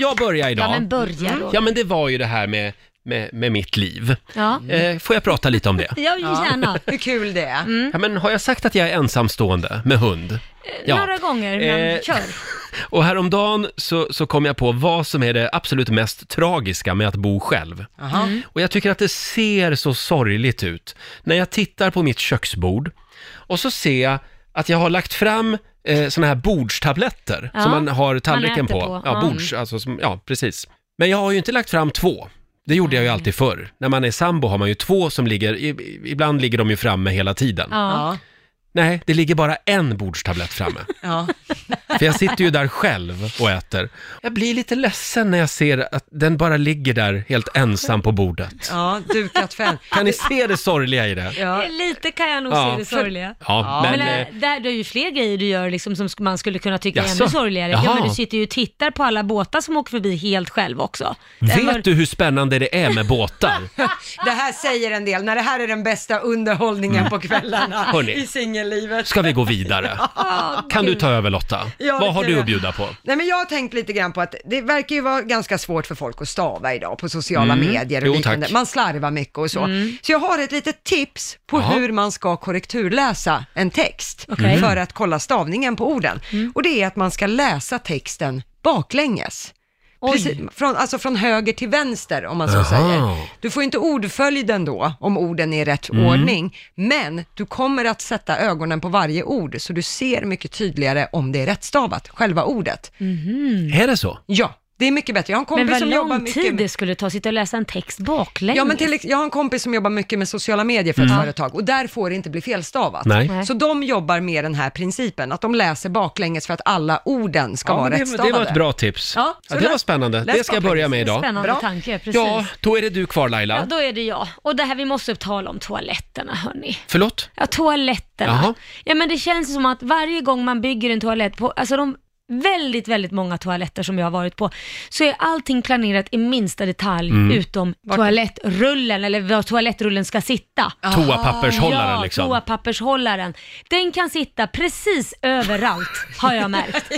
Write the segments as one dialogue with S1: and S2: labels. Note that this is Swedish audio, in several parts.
S1: jag börja idag?
S2: Ja, men börja då.
S1: Ja, men det var ju det här med, med, med mitt liv.
S2: Ja.
S1: Eh, får jag prata lite om det?
S2: Ja, gärna.
S3: Hur kul det är.
S2: Mm.
S1: Ja, men har jag sagt att jag är ensamstående med hund?
S2: Några gånger, men
S1: Eh,
S2: kör.
S1: Och häromdagen så, så kom jag på vad som är det absolut mest tragiska med att bo själv.
S3: Jaha.
S2: Mm.
S1: Och jag tycker att det ser så sorgligt ut. När jag tittar på mitt köksbord och så ser jag att jag har lagt fram eh, såna här bordstabletter
S2: Ja,
S1: som man har
S2: man
S1: tallriken
S2: äter
S1: på. Ja,
S2: på. Ja.
S1: bords, alltså som, ja, precis. Men jag har ju inte lagt fram två. Det gjorde jag ju alltid förr. När man är sambo har man ju två som ligger, i- i- ibland ligger de ju framme hela tiden.
S2: Ja.
S3: Ja.
S1: Nej, det ligger bara en bordstablett framme.
S3: Ja.
S1: För jag sitter ju där själv och äter. Jag blir lite ledsen när jag ser att den bara ligger där helt ensam på bordet.
S3: ja, dukat för en.
S1: Kan ni se det sorgliga i det?
S2: Det
S3: Ja.
S2: är Lite kan jag nog
S1: Ja.
S2: se det sorgliga.
S1: Ja,
S3: Ja.
S1: men...
S2: Men,
S1: eh,
S2: äh, där, det är ju fler grejer du gör liksom, som sk- man skulle kunna tycka är
S1: Jaså?
S2: ännu sorgligare.
S1: Jaha.
S2: Ja, men du sitter ju och tittar på alla båtar som åker förbi helt själv också. Den var-
S1: Vet du hur spännande det är med båtar?
S3: Det här säger en del, när det här är den bästa underhållningen på kvällarna
S1: Hörni.
S3: i singellivet.
S1: Ska vi gå vidare? Kan du ta över Lotta?
S3: Ja, det
S1: Vad har
S3: kan
S1: du
S3: jag.
S1: att bjuda på?
S3: Nej men jag har tänkt lite grann på att det verkar ju vara ganska svårt för folk att stava idag på sociala medier och
S1: Mm. Jo,
S3: liknande.
S1: tack.
S3: Man slarvar mycket och så. Så jag har ett litet tips på
S1: Jaha.
S3: hur man ska korrekturläsa en text
S2: Okej.
S3: för att kolla stavningen på orden. Och det är att man ska läsa texten baklänges. Precis, från, alltså från höger till vänster om man så
S1: Jaha.
S3: säger. Du får inte ordföljden då, om orden är i rätt
S1: Mm.
S3: ordning, men du kommer att sätta ögonen på varje ord, så du ser mycket tydligare om det är rättstavat, själva ordet. Mm.
S1: Är det så?
S3: Ja, det är mycket bättre. Jag har en
S2: Men
S3: kompis
S2: vad
S3: som jobbar
S2: lång
S3: mycket
S2: tid
S3: med...
S2: det skulle ta att sitta och läsa en text baklänges.
S3: Ja, men till, ex- jag har en kompis som jobbar mycket med sociala medier för ett företag och där får det inte bli felstavat.
S1: Nej.
S2: Mm. Nej.
S3: Så de jobbar med den här principen, att de läser baklänges för att alla orden ska
S1: Ja,
S3: vara
S1: men det,
S3: rättstavade.
S1: det var ett bra tips.
S2: Ja,
S1: Ja,
S3: så
S1: det
S3: läs-
S1: var spännande.
S3: läs
S1: Det ska jag börja med idag.
S2: Spännande
S3: Bra.
S2: tanke, precis.
S1: Ja,
S2: Ja.
S1: då är det du kvar Laila.
S2: då är det jag. Och det här vi måste tala om toaletterna hörni.
S1: Förlåt?
S2: Ja, toaletterna.
S1: Jaha.
S2: Ja, men det känns som att varje gång man bygger en toalett, på, alltså de väldigt, väldigt många toaletter som jag har varit på, så är allting planerat i minsta detalj utom toalettrullen, eller var toalettrullen ska sitta.
S3: Ah,
S1: Toapappershållaren liksom.
S2: toapappershållaren. Den kan sitta precis överallt, har jag märkt.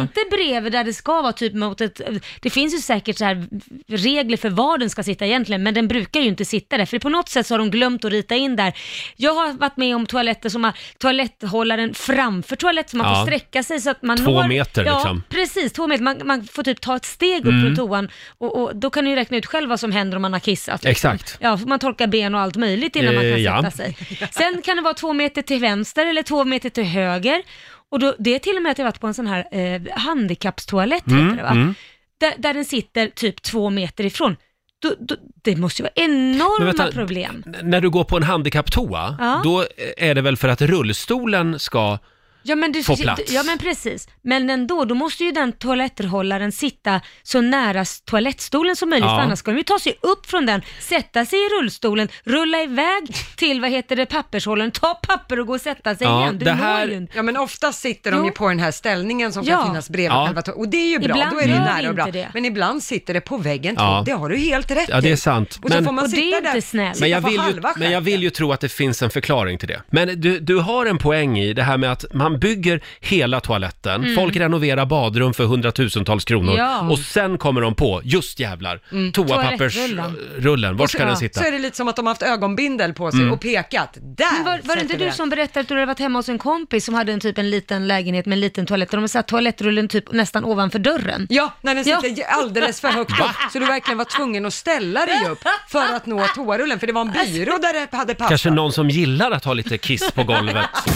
S2: Inte bredvid där det ska vara, typ mot ett... Det finns ju säkert så här regler för var den ska sitta egentligen, men den brukar ju inte sitta där, för på något sätt så har de glömt att rita in där. Jag har varit med om toaletter som har toaletthållaren framför toaletten, så man
S1: Ja.
S2: får sträcka sig så att man
S1: Två
S2: når...
S1: meter,
S2: ja,
S1: liksom. Mm.
S2: precis, två meter. Man, man får typ ta ett steg upp från toan och, och då kan du ju räkna ut själv vad som händer om man har kissat.
S1: Exakt.
S2: Ja, får man torkar ben och allt möjligt innan man
S1: Eh,
S2: kan
S1: ja.
S2: sätta sig. Sen kan det vara två meter till vänster eller två meter till höger. Och då, det är till och med att jag varit på en sån här eh, handikappstoalett,
S1: Mm,
S2: heter det va? Där, där den sitter typ två meter ifrån. Då, då, det måste ju vara enorma
S1: Men vänta,
S2: problem.
S1: N- När du går på en handikapptoa,
S2: Ja.
S1: då är det väl för att rullstolen ska...
S2: Ja men, du,
S1: Få plats.
S2: ja men precis. Men ändå, då måste ju den toaletthållaren sitta så nära s- toalettstolen som möjligt,
S1: Ja.
S2: för annars ska de ju ta sig upp från den, sätta sig i rullstolen, rulla iväg till, vad heter det, pappershållaren, ta papper och gå och sätta sig
S1: Ja,
S2: igen. Du
S1: det
S2: det
S1: här-
S2: når ju inte.
S3: Ja men oftast sitter de
S2: Jo.
S3: ju på den här ställningen som
S2: Ja.
S3: kan finnas bredvid
S1: Ja.
S3: själva to- Och det är ju bra,
S2: Ibland
S3: då är det ju
S2: gör
S3: nära
S2: det
S3: och bra.
S2: inte det.
S3: Men ibland sitter det på väggen till,
S1: Ja.
S3: det har du helt rätt
S1: Ja, det är
S3: i.
S1: sant.
S3: Och så
S1: Men-
S3: får man
S2: Och det är
S3: sitta
S2: inte
S3: där,
S2: snällt.
S3: sitta
S1: Men jag,
S3: på
S1: vill ju,
S3: halva
S1: men jag
S3: skärmen.
S1: vill ju tro att det finns en förklaring till det. Men du, du har en poäng i det här med att man bygger hela toaletten,
S3: Mm.
S1: folk renoverar badrum för hundratusentals kronor
S2: Ja.
S1: och sen kommer de på, just jävlar, toapappersrullen, var ska den sitta? Mm.
S3: Mm. Så är det lite som att de har haft ögonbindel på sig och pekat. Där
S2: Men var, var det
S3: sätter
S2: inte
S3: vi
S2: du
S3: den.
S2: som berättade att du hade varit hemma hos en kompis som hade en typ en liten lägenhet med en liten toalett, och de satt toalettrullen typ nästan ovanför dörren?
S3: Ja, när den
S2: Ja.
S3: sitter alldeles för högt upp, så du verkligen var tvungen att ställa dig upp för att nå toarullen, för det var en byrå där det hade passat.
S1: Kanske någon som gillar att ha lite kiss på golvet